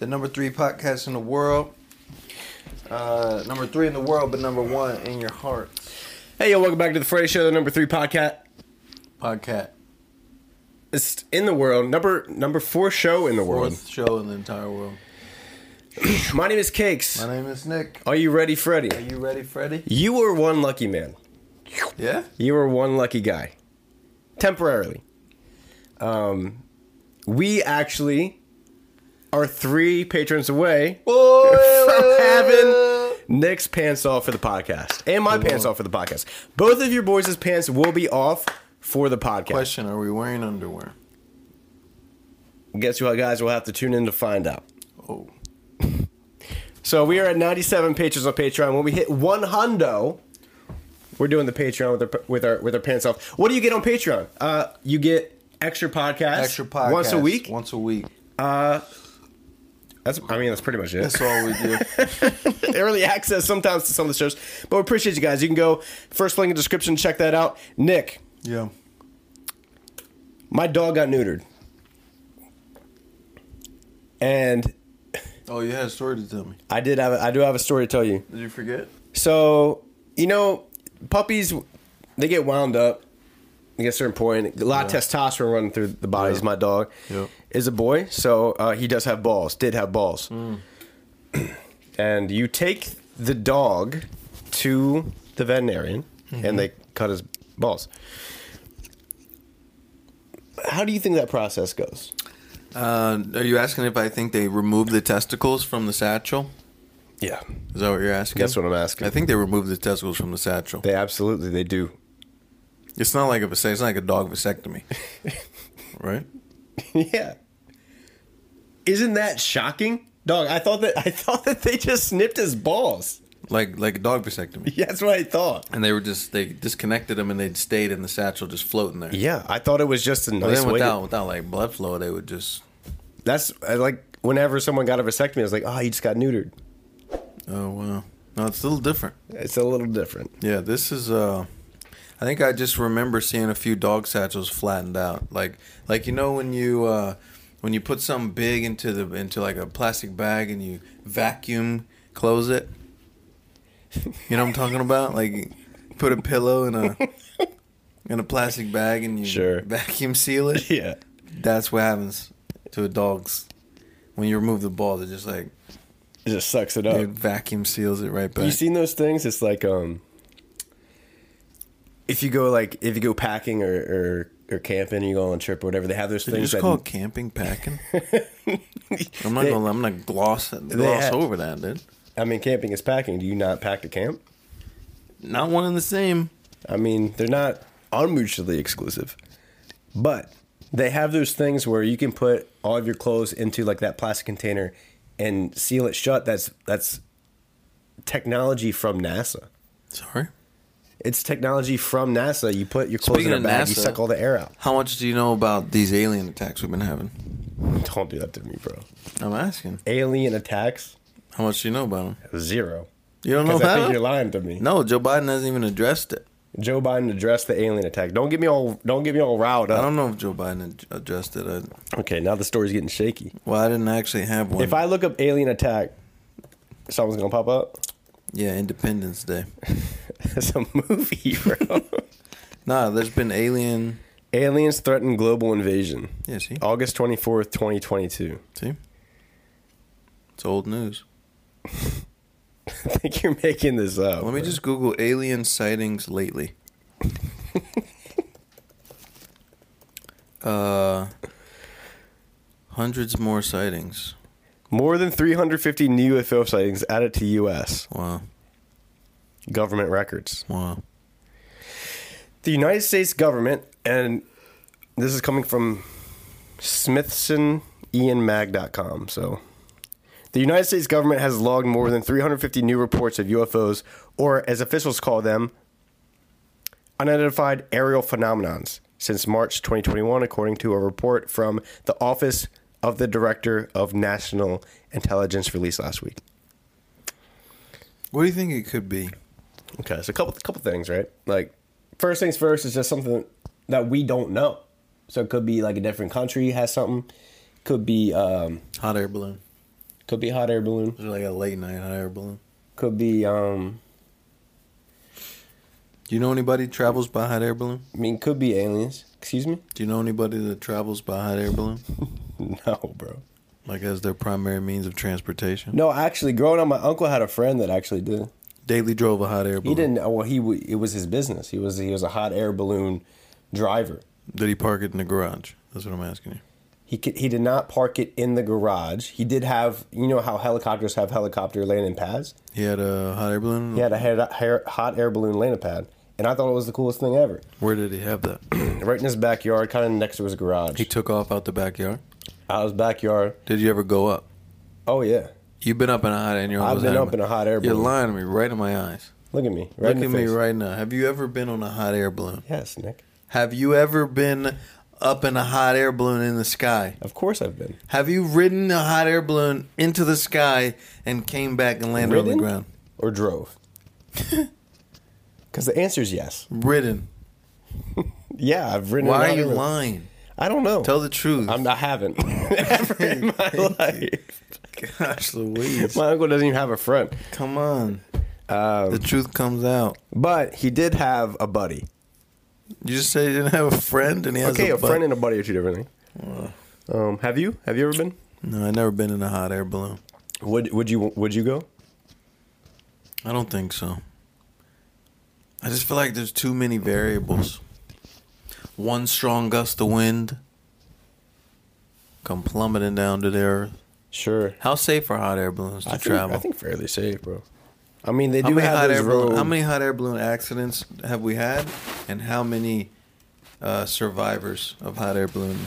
the number three podcast in the world. Uh, number three in the world, but number one in your heart. Hey, yo, welcome back to the Friday Show, the number three podcast Podcast. It's in the world, number number four show in the world. Fourth show in the entire world. My name is Cakes. My name is Nick. Are you ready, Are Freddy? you ready, Freddy? You were one lucky man. Yeah? You were one lucky guy. Temporarily. Um, we actually are three patrons away from having Nick's pants off for the podcast and my pants off for the podcast. Both of your boys' pants will be off for the podcast. Question Are we wearing underwear? Guess what, guys? We'll have to tune in to find out. Oh. So we are at 97 patrons on Patreon. When we hit one hundo, we're doing the Patreon with our with our with our pants off. What do you get on Patreon? Uh, you get extra podcasts, Extra podcast. once a week. Once a week. That's I mean that's pretty much it. That's all we do. Early access sometimes to some of the shows, but we appreciate you guys. You can go first link in the description. Check that out. Nick, yeah. my dog got neutered, and Oh, you had a story to tell me. I did have a, I do have a story to tell you. Did you forget? So you know, puppies they get wound up. They get a certain point. A lot of testosterone running through the bodies. Yeah. My dog Yeah. is a boy, so uh, he does have balls. Did have balls. Mm. and you take the dog to the veterinarian, Mm-hmm. and they cut his balls. How do you think that process goes? Uh, are you asking if I think they removed the testicles from the satchel? Yeah, Is that what you're asking? That's what I'm asking. I think they removed the testicles from the satchel. they absolutely they do. It's not like a vasect- it's not like a dog vasectomy, right? Yeah. Isn't that shocking? Dog, I thought that I thought that they just snipped his balls. Like like a dog vasectomy, Yeah, that's what I thought. and they were just they disconnected them and they stayed in the satchel just floating there. Yeah, I thought it was just a But nice way. to- then without without like blood flow, they would just that's I like whenever someone got a vasectomy, I was like, oh, he just got neutered. oh wow. No, it's a little different. It's a little different. Yeah, this is uh I think I just remember seeing a few dog satchels flattened out. Like like you know when you uh when you put something big into the into like a plastic bag and you vacuum close it. You know what I'm talking about? Like you put a pillow in a in a plastic bag and you Sure. vacuum seal it. Yeah. That's what happens to a dog's when you remove the ball, it just like It just sucks it up. it vacuum seals it right back. Oh. You seen those things? It's like um if you go like if you go packing or or, or camping, you go on a trip or whatever, they have those Did you things that just call it camping packing? I'm not They- gonna I'm not gloss gloss had- over that, dude. I mean camping is packing. Do you not pack to camp? Not one and the same. I mean, they're not unmutually exclusive, but they have those things where you can put all of your clothes into like that plastic container and seal it shut. That's that's technology from NASA. Sorry. It's technology from NASA. You put your clothes Speaking in a of bag, you NASA- suck all the air out. How much do you know about these alien attacks we've been having? Don't do that to me, bro. I'm asking. Alien attacks How much do you know about them? zero. You don't know Because I about think them? you're lying to me. No, Joe Biden hasn't even addressed it. Joe Biden addressed the alien attack. Don't get me all. Don't get me all riled I up. don't know if Joe Biden ad- addressed it. I, Okay, now the story's getting shaky. well, I didn't actually have one. If I look up alien attack, someone's gonna pop up. yeah, Independence Day. It's a movie, bro. Nah, there's been alien. Aliens threaten global invasion. Yeah, see, August 24th, 2022. see, it's old news. think you're making this up. Let bro. me just Google alien sightings lately. uh, hundreds more sightings. More than 350 new UFO sightings added to U.S. Wow. government records. Wow. The United States government, and this is coming from SmithsonIanMag.com. So, the United States government has logged more than 350 new reports of UFOs, or as officials call them, unidentified aerial phenomenons, since March 2021, according to a report from the Office of the Director of National Intelligence released last week. What do you think it could be? Okay, so a couple couple things, right? Like first things first is just something that we don't know. So it could be like a different country has something. Could be um Hot air balloon. could be hot air balloon. Is it like a late night hot air balloon? Could be um Do you know anybody that travels by hot air balloon? I mean could be aliens. Excuse me? Do you know anybody that travels by hot air balloon? No, bro. Like as their primary means of transportation? No, actually growing up my uncle had a friend that actually did. Daily drove a hot air balloon. He didn't well he w- it was his business. He was he was a hot air balloon driver. Did he park it in the garage? That's what I'm asking you. He could, he did not park it in the garage. He did have you know how helicopters have helicopter landing pads? He had a hot air balloon. He had a hair, hair, hot air balloon landing pad, and I thought it was the coolest thing ever. Where did he have that? Right in his backyard, kind of next to his garage. he took off out the backyard. Out his backyard. Did you ever go up? Oh yeah, You've been up in a hot air. I've been up in a hot air You're balloon. lying to me right in my eyes. Look at me, right Look in at the me face. right now. Have you ever been on a hot air balloon? Yes, Nick. Have you ever been up in a hot air balloon in the sky? Of course I've been. Have you ridden a hot air balloon into the sky and came back and landed on Ridden? the ground? Or drove. Because the answer is yes. Ridden. Yeah, I've ridden. Why around are you in- lying? I don't know. Tell the truth. I'm, I haven't ever in my life. Gosh, Louise. My uncle doesn't even have a friend, Uh, Come on. the truth comes out. but he did have a buddy. You just say you didn't have a friend, and he has Okay, a, Uh. a butt. friend and a buddy are two different things. Um, have you? Have you ever been? No, I never been in a hot air balloon. Would would you would you go? I don't think so. I just feel like there's too many variables. One strong gust of wind come plummeting down to the earth. Sure. How safe are hot air balloons to I think, travel? I think fairly safe, bro. I mean, they how do many have hot those air balloon, road. how many hot air balloon accidents have we had, and how many uh, survivors of hot air balloon?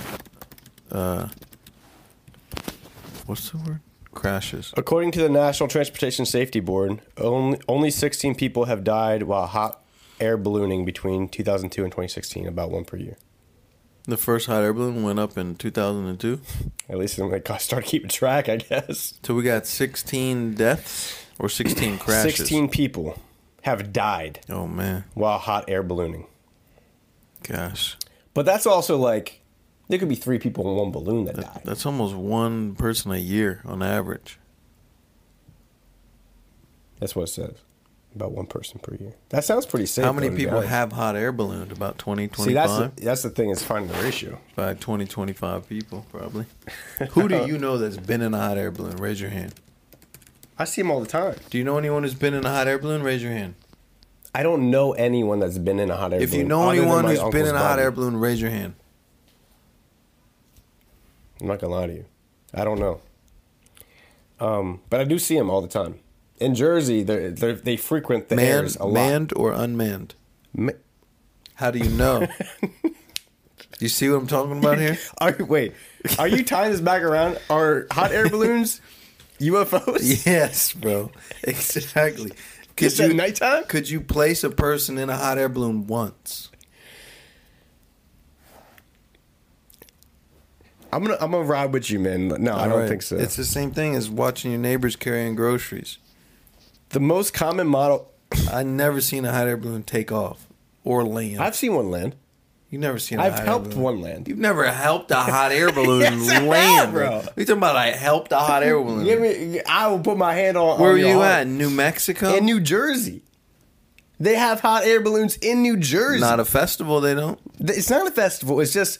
Uh, what's the word? Crashes. According to the National Transportation Safety Board, only only 16 people have died while hot air ballooning between 2002 and 2016, about one per year. The first hot air balloon went up in 2002. At least when they got- started keeping track, I guess. So we got 16 deaths or 16 crashes. 16 people have died Oh man, while hot air ballooning. gosh, But that's also like there could be three people in one balloon that die. that's almost one person a year on average. That's what it says. About one person per year. That sounds pretty safe. How many though, to be people honest. have hot air ballooned? About 20, See, that's 25? the, that's the thing is finding the ratio. By 20, 25 people, probably. Who do you know that's been in a hot air balloon? Raise your hand. I see them all the time. Do you know anyone who's been in a hot air balloon? Raise your hand. I don't know anyone that's been in a hot air. If you balloon know other than anyone my who's been uncle's in a hot buddy. air balloon, raise your hand. I'm not gonna lie to you. I don't know. Um, but I do see them all the time. In Jersey, they they they frequent the Manned, airs a manned or unmanned? lot. How do you know? you see what I'm talking about here? Are, wait, are you tying this back around? Are hot air balloons UFOs? Yes, bro. Exactly. Could It's at nighttime? Could you place a person in a hot air balloon once? I'm gonna I'm gonna ride with you, man. No, I don't Alright. think so. It's the same thing as watching your neighbors carrying groceries. the most common model. I never seen a hot air balloon take off or land. I've seen one land. You've never seen. A I've hot air helped balloon. one land. You've never helped a hot air balloon Yes, I have, land, bro. bro. You talking about I helped a hot air balloon? Give me. I will put my hand on. Where on were your you heart. at? New Mexico. In New Jersey. They have hot air balloons in New Jersey. Not a festival. They don't. it's not a festival. It's just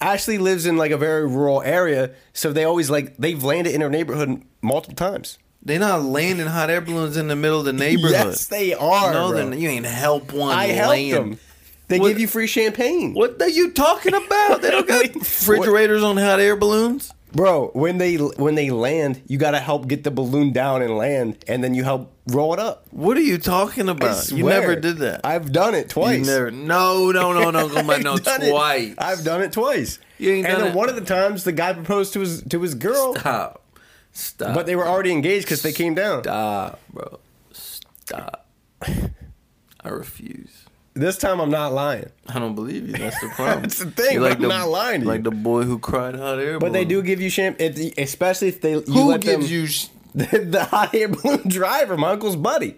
Ashley lives in like a very rural area, so they always like they've landed in her neighborhood multiple times. They're not landing hot air balloons in the middle of the neighborhood. Yes, they are. no, bro. they're not. you ain't help one. I helped land. them. They What- give you free champagne, What are you talking about? They don't got refrigerators on hot air balloons. bro. When they when they land, you gotta help get the balloon down and land, and then you help roll it up. What are you talking I about? You swear. never did that. I've done it you twice. never. No, no, no, no, come I've on, Oh no, done it. twice. I've done it twice. You ain't and done then it. one of the times, the guy proposed to his to his girl, Stop. Stop. but they were already engaged because they came down. Stop, bro. Stop. I refuse. This time, I'm not lying. I don't believe you. That's the problem. That's the thing, You're I'm not lying to you. Like the boy who cried hot air. But they do balloon. give you champagne, especially if they you Who let gives them, you? Sh- the, the hot air balloon driver, my uncle's buddy.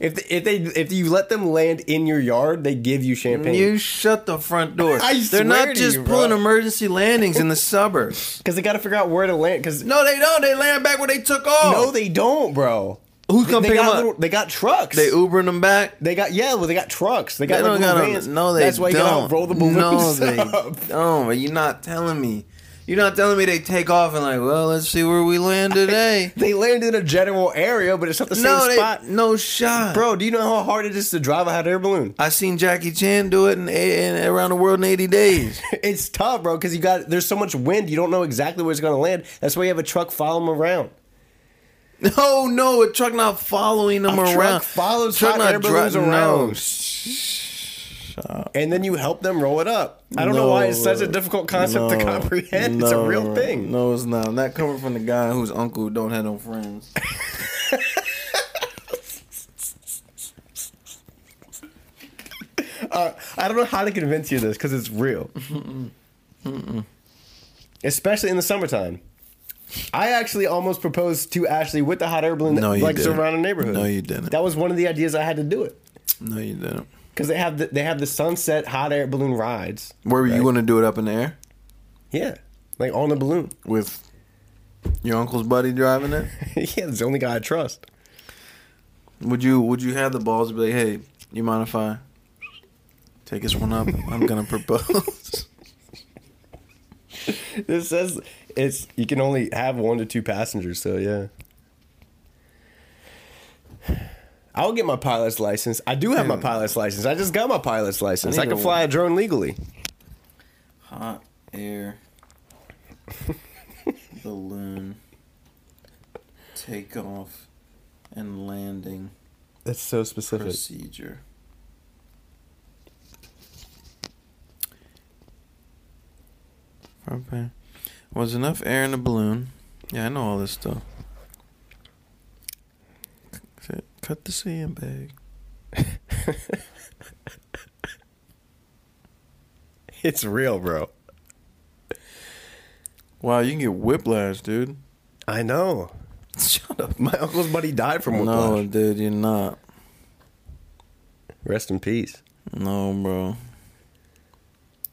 If they, if they if you let them land in your yard, they give you you champagne shut the front door. I They're swear not to just you, bro. pulling emergency landings in the suburbs. because they got to figure out where to land. Because no, No, they don't. They land back where they took off. they don't, bro. Who's gonna they pick got 'em up? little- they got trucks. They Ubering them back. They got yeah, well, they got trucks. They got They like, don't little got vans. them. No, they That's why don't. you gotta roll the balloons No, they up. don't. But you're not telling me. You're not telling me they take off and like, well, let's see where we land today. They land in a general area, but it's not the no, same they, spot. no shot, Bro, do you know how hard it is to drive a hot air balloon? I seen Jackie Chan do it in, in around the world in 80 days. It's tough, bro, because you got there's so much wind, you don't know exactly where it's gonna land. That's why you have a truck follow them around. No, no, a truck not following them A around. truck follows hot air dri- balloons around. No, shh. and then you help them roll it up. I don't know why it's such a difficult concept to No, comprehend. it's a no, real bro. thing. No, it's not. Not coming from the guy whose uncle don't have no friends. I don't know how to convince you of this because it's real. Especially in the summertime. I actually almost proposed to Ashley with the hot air balloon No, that you like didn't. surrounding neighborhood. No, you didn't. That was one of the ideas I had to do it No, you didn't. because they have the, they have the sunset hot air balloon rides. Where were you Right. going to do it up in the air Yeah, like on the balloon. with your uncle's buddy driving it? yeah, it's the only guy I trust. Would you Would you have the balls to be like, hey, you mind if I take this one up? I'm gonna propose. This says it's you can only have one to two passengers, so yeah. I'll get my pilot's license. I do have my pilot's license. I just got my pilot's license. need Hmm. I, can to- fly a drone legally. Hot air balloon takeoff and landing That's so specific. procedure. Okay. Was enough air in the balloon? Yeah, I know all this stuff. Cut- Cut the sand bag. It's real, bro. Wow, you can get whiplash, dude. I know. Shut up. My uncle's buddy died from No, whiplash. dude, you're not. Rest in peace. No, bro.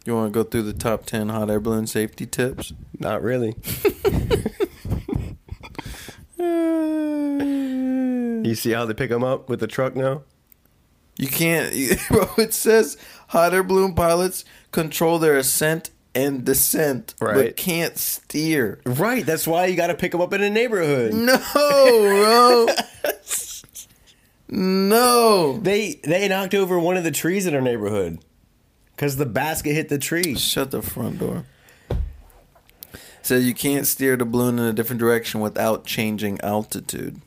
You want to go through the top 10 hot air balloon safety tips? Not really. you see how they pick them up with the truck now? You can't, bro. It says hot air balloon pilots control their ascent and descent, but Right. can't steer. Right. That's why you got to pick them up in a neighborhood. No, bro. no. They they knocked over one of the trees in our neighborhood because the basket hit the tree. Shut the front door. Says you can't steer the balloon in a different direction without changing altitude.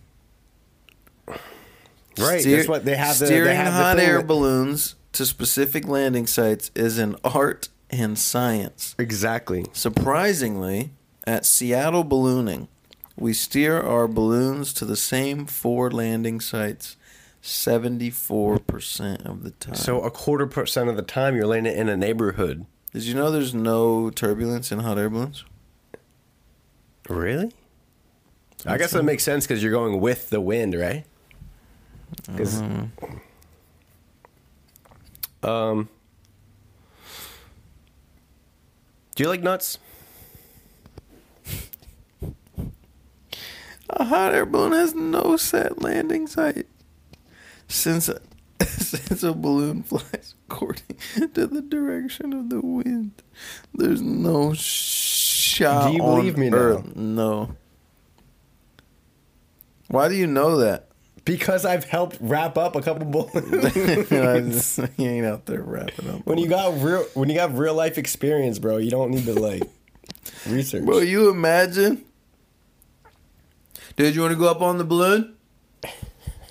Right. Steer- that's what they have. The, steering they have hot the thing air that- balloons to specific landing sites is an art and science. Exactly. Surprisingly, at Seattle Ballooning, we steer our balloons to the same four landing sites 74% of the time. So a quarter percent of the time you're landing in a neighborhood. Did you know there's no turbulence in hot air balloons? Really? I guess that makes sense because you're going with the wind, right? 'Cause- Um. Do you like nuts? A hot air balloon has no set landing site. Since a, since a balloon flies according to the direction of the wind, there's no shot. Do you on believe me now? Earth. No. Why do you know that? because I've helped wrap up a couple bullets. I just- you ain't out there wrapping up. when you got real, when you got real life experience, bro, you don't need to like research. Bro, you imagine? Dude, you want to go up on the balloon?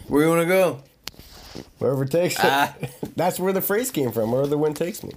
Where you want to go? Wherever it takes Ah. me. That's where the phrase came from. Wherever the wind takes me.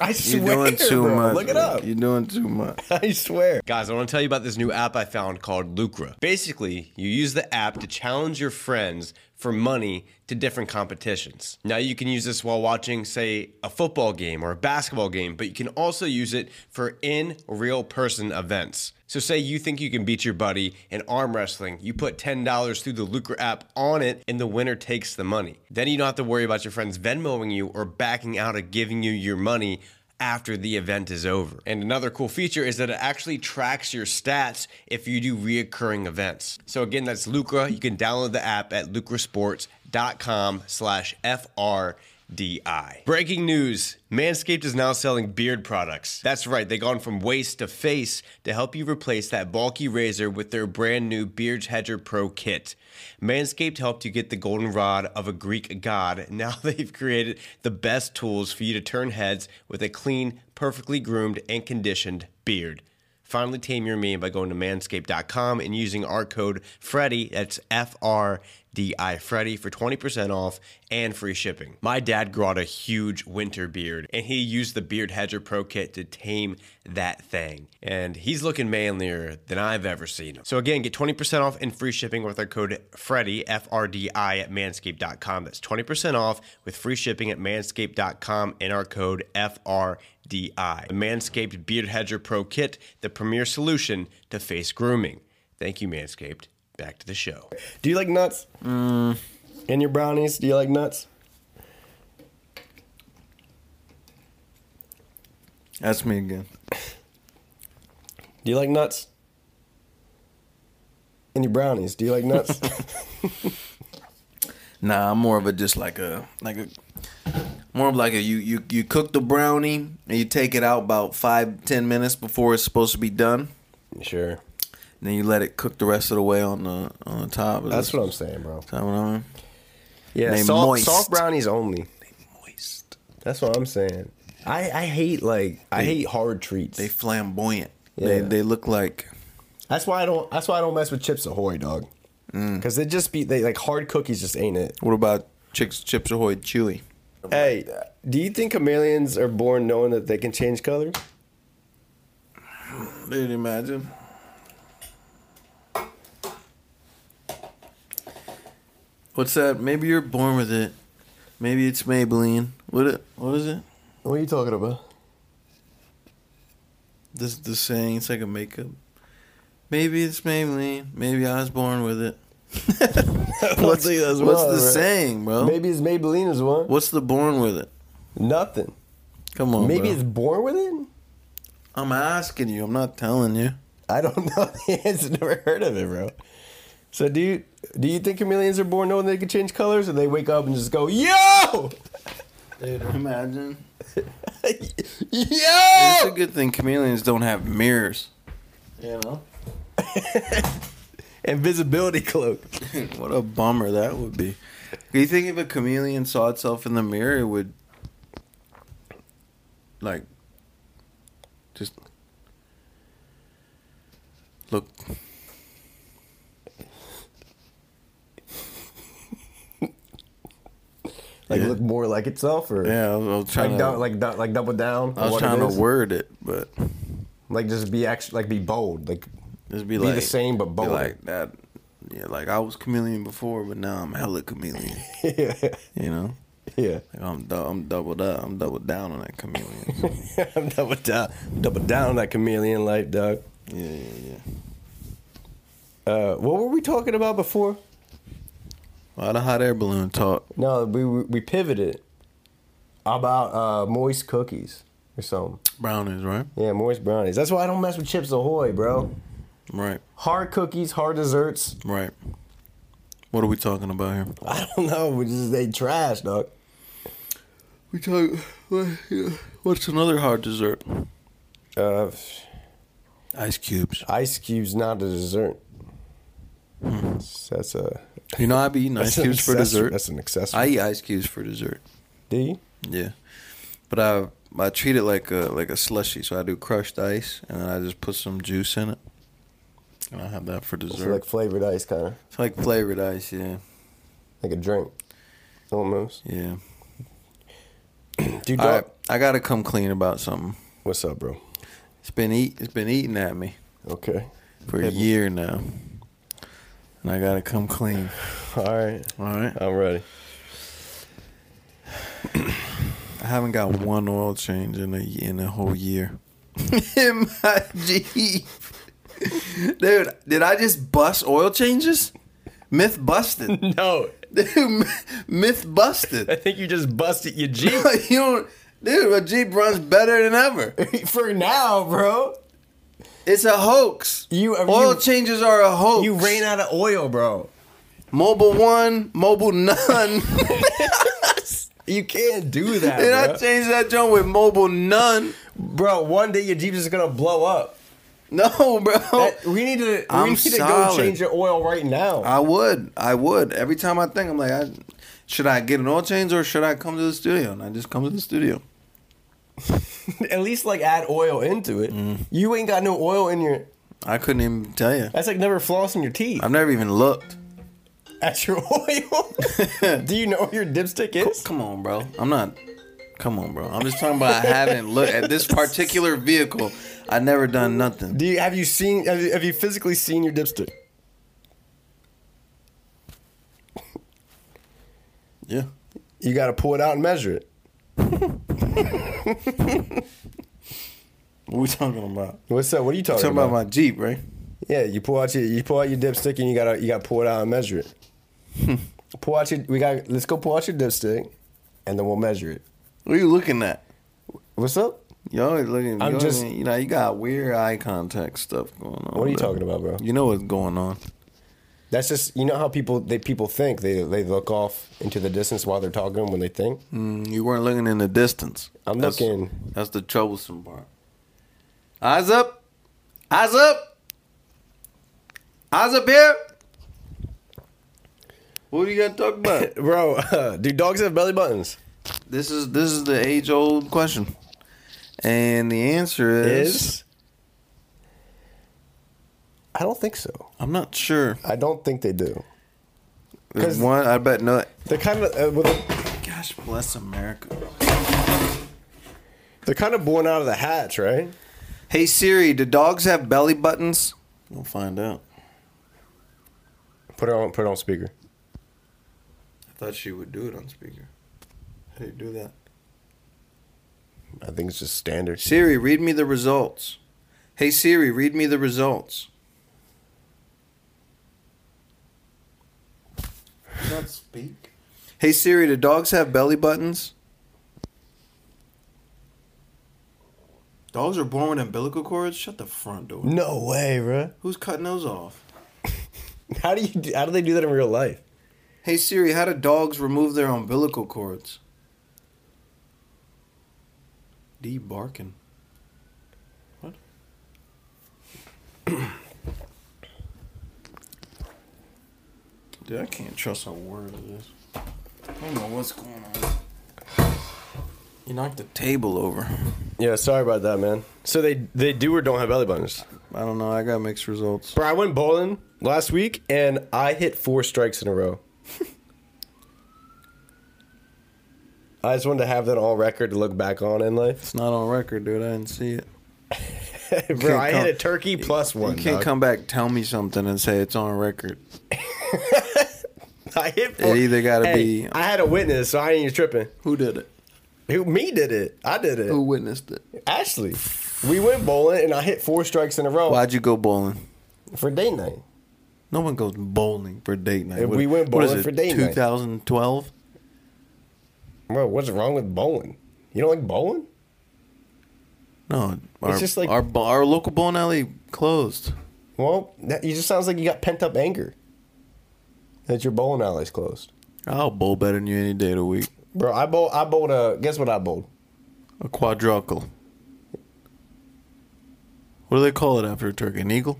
I You're swear, doing too bro. much. Look it bro. up. You're doing too much. I swear. Guys, I want to tell you about this new app I found called Lucra. Basically, you use the app to challenge your friends for money to different competitions. Now, you can use this while watching, say, a football game or a basketball game, but you can also use it for in real person events. So, say you think you can beat your buddy in arm wrestling, you put $10 through the Lucra app on it, and the winner takes the money. Then you don't have to worry about your friends Venmoing you or backing out of giving you your money after the event is over. And another cool feature is that it actually tracks your stats if you do reoccurring events. So again, that's Lucra. You can download the app at lucrasports.com slash FRDI. Breaking news, Manscaped is now selling beard products. That's right, they've gone from waist to face to help you replace that bulky razor with their brand new Beard Hedger Pro kit. Manscaped helped you get the golden rod of a Greek god. Now they've created the best tools for you to turn heads with a clean, perfectly groomed, and conditioned beard. Finally, tame your mane by going to manscaped.com and using our code Freddy. That's F R D I Freddy for 20% off and free shipping. My dad grew out a huge winter beard, and he used the Beard Hedger Pro Kit to tame that thing. And he's looking manlier than I've ever seen him. So again, get 20% off and free shipping with our code Freddy F R D I at manscaped.com. That's 20% off with free shipping at manscaped.com and our code F R. DI, the Manscaped Beard Hedger Pro Kit, the premier solution to face grooming. Thank you, Manscaped. Back to the show. Do you like nuts? Mm. And your brownies? Do you like nuts? That's me again. Do you like nuts? And your brownies? Do you like nuts? Nah, I'm more of a just like a like a more of like a you you you cook the brownie and you take it out about five ten minutes before it's supposed to be done. sure. And then you let it cook the rest of the way on the on the top. That's what I'm saying, bro. Is that what I mean? Yeah, They soft, moist. soft brownies only. That's what I'm saying. I, I hate like I hate hard treats. They flamboyant. They Yeah. they look like that's why I don't. That's why I don't mess with Chips Ahoy, dog. Because they just be they like hard cookies just ain't it. what about chicks chips ahoy chewy? Hey, do you think chameleons are born knowing that they can change colors? Dude, imagine. What's that? Maybe you're born with it. Maybe it's Maybelline. What it? What is it? What are you talking about? This the saying. It's like a makeup. Maybe it's Maybelline. Maybe I was born with it. what's think that's what's wrong, the bro. saying, bro? Maybe it's Maybelline is one. What's the born with it? Nothing. Come on, Maybe Oh, bro. it's born with it. I'm asking you. I'm not telling you. I don't know the answer. Never heard of it, bro. So do you do you think chameleons are born knowing they can change colors, or they wake up and just go, "Yo, Dude, imagine. It's a yo"? good thing chameleons don't have mirrors. You know. Invisibility cloak. What a bummer that would be. Do you think if a chameleon saw itself in the mirror, it would like just look? Like Yeah. look more like itself, or Yeah, I was, I was trying like to. dou- like dou- like double down. I on was what it trying to is? word it, but Like just be act- like be bold. Like just be, Be like the same, but be bolder. like that. Yeah, like I was chameleon before, but now I'm hella chameleon. yeah, You know, yeah. like I'm dou- I'm doubled up. I'm doubled down on that chameleon. I'm double down, double down on that chameleon life, dog. yeah, yeah, yeah. Uh, what were we talking about before? A lot of hot air balloon talk. No, we we we pivoted about uh, moist cookies or something. Brownies, right? Yeah, moist brownies. That's why I don't mess with Chips Ahoy, bro. Right. Hard cookies, hard desserts. Right. What are we talking about here? I don't know. We just they trash, dog. We talk. What's another hard dessert? Uh, Ice cubes. ice cubes not a dessert. So that's a You know, I be eating ice that's an cubes for accessory- dessert. That's an accessory. I eat ice cubes for dessert. Do you? Yeah, but I I treat it like a like a slushy. So I do crushed ice, and then I just put some juice in it, and I have that for So dessert. like flavored ice, kind of it's like flavored ice. Yeah, like a drink, almost. yeah. Dude, All dog, right, I gotta come clean about something. what's up, bro? It's been eat. It's been eating at me Okay, for a year now, and I gotta come clean. all right, All right. I'm ready. I haven't got one oil change in a in a whole year. in my Jeep, dude. Did I just bust oil changes? Myth busted, No, dude. Myth busted. I think you just busted your Jeep. you don't, dude. My Jeep runs better than ever. For now, bro. It's a hoax. You- I mean, oil you- changes are a hoax. You ran out of oil, bro. mobile one, mobile none. You can't do that, Did I bro. change that joint with mobile none? bro, one day your Jeep is gonna blow up. No, bro. That- we need to. Oh, I'm we need to go solid. change your oil right now. I would. I would. Every time I think, I'm like, I, should I get an oil change or should I come to the studio? And I just come to the studio. At least like add oil into it. Mm. You ain't got no oil in your. I couldn't even tell you. That's like never flossing your teeth. I've never even looked. at your oil. do you know where your dipstick is? Come on, bro. I'm not. Come on, bro. I'm just talking about I haven't looked at this particular vehicle. I never done nothing. Do you have you seen have you, have you physically seen your dipstick? Yeah. You got to pull it out and measure it. What we talking about? What's up? What are you talking, Talking about? about my Jeep, right? yeah, you pull out your you pull out your dipstick and you gotta you gotta pull it out and measure it. Hmm. pull out your we got let's go pull out your dipstick, and then we'll measure it. What are you looking at? What's up? You always looking. I'm you just- always- you know, you got weird eye contact stuff going on. What are you bro. talking about, bro? You know what's going on. That's just you know how people they people think they they look off into the distance while they're talking when they think. You weren't looking in the distance. I'm That's- looking. That's the troublesome part. Eyes up. Eyes up. Eyes up here. What are you gonna talk about? Bro, do dogs have belly buttons? this is this is the age old question, and the answer is, Is I don't think so. I'm not sure. I don't think they do. There's 'Cause- one, I bet no. They're kind of uh, well, they're- Gosh bless America. they're kind of born out of the hatch, right? Hey Siri, do dogs have belly buttons? We'll find out. Put it on put it on speaker. I thought she would do it on speaker. How do you do that? I think it's just standard. Siri, read me the results. Hey Siri, read me the results. Not speak. Hey Siri, do dogs have belly buttons? Dogs are born with umbilical cords. Shut the front door. No way, bro. Who's cutting those off? How do you do- how do they do that in real life? Hey Siri, how do dogs remove their umbilical cords? D barking. What? Dude, I can't trust a word of this. I don't know what's going on. You knocked the table over. Yeah, sorry about that, man. So they they do or don't have belly buttons. I don't know. I got mixed results. Bro, I went bowling last week and I hit four strikes in a row. I just wanted to have that all record to look back on in life. It's not on record, dude. I didn't see it. Bro, I come- hit a turkey plus one. you can't dog. come back, tell me something, and say it's on record. I hit four. It either gotta Oh, Hey, be- I had a witness, so I ain't even tripping. Who did it? Who me did it? I did it. Who witnessed it? Ashley, we went bowling and I hit four strikes in a row Why'd you go bowling? for date night. No one goes bowling for date night. If we went what is bowling it, for date night. 2012? Bro, what's wrong with bowling? You don't like bowling? No, our, just like- our bo- our local bowling alley closed. Well, that, you just sounds like you got pent up anger that your bowling alley's closed. I'll bowl better than you any day of the week. Bro, I bowl. I bowled a. Guess what I bowled? A quadruple. What do they call it after a turkey? An eagle?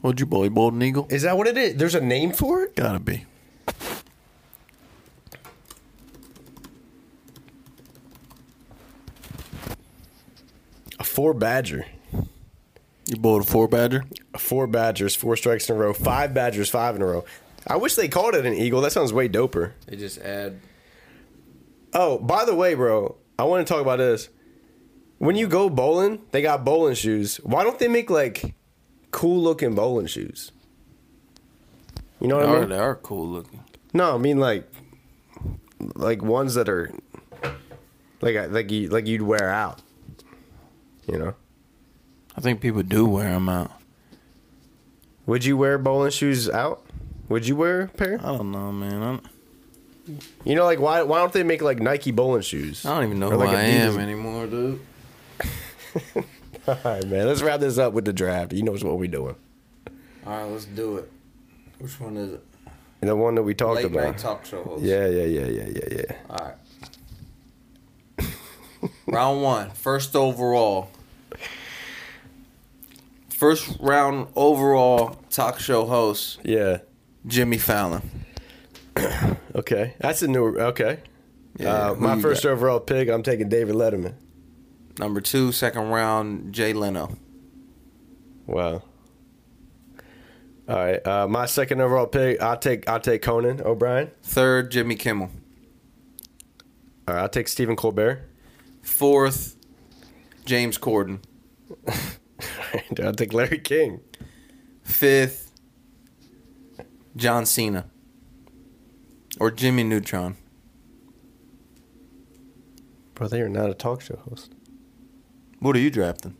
What'd you bully, Bolden Eagle? Is that what it is? There's a name for it? Gotta be. A four badger. You bowled a four badger? Four badgers, four strikes in a row. Five badgers, five in a row. I wish they called it an eagle. That sounds way doper. They just add. Oh, by the way, bro, I want to talk about this. When you go bowling, they got bowling shoes. Why don't they make like cool looking bowling shoes? You know They what I are, mean? they are cool looking. No, I mean like like ones that are like I- like you like you'd wear out. You know? I think people do wear them out. Would you wear bowling shoes out? Would you wear a pair? I don't know, man. I don't, You know, like why why don't they make like Nike bowling shoes? I don't even know Or who like I Adidas. am anymore, dude. All right, man. Let's wrap this up with the draft. You know what we're doing. All right, let's do it. Which one is it? The one that we talked Late about. night talk show host. Yeah, yeah, yeah, yeah, yeah, yeah. All right. round one, first overall. First round overall talk show host Yeah. Jimmy Fallon. Uh, Okay. That's a new okay. Yeah, uh, who my you first got? overall pick, I'm taking David Letterman. Number two, second round, Jay Leno. Wow. All right. Uh, my second overall pick, I'll take I'll take Conan O'Brien. Third, Jimmy Kimmel. All right, I'll take Stephen Colbert. Fourth, James Corden. Dude, I'll take Larry King. Fifth, John Cena. Or Jimmy Neutron. Bro, they are not a talk show host. What are you drafting?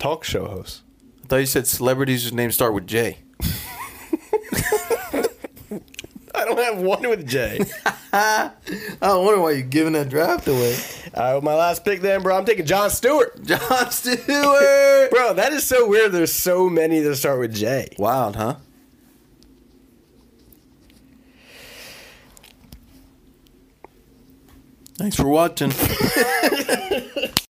Talk show host. I thought you said celebrities whose names start with J. I don't have one with Jay. I wonder why you're giving that draft away. All right, my last pick then, bro. I'm taking John Stewart. John Stewart. Bro, that is so weird. There's so many that start with J. Wild, huh? Thanks for watching.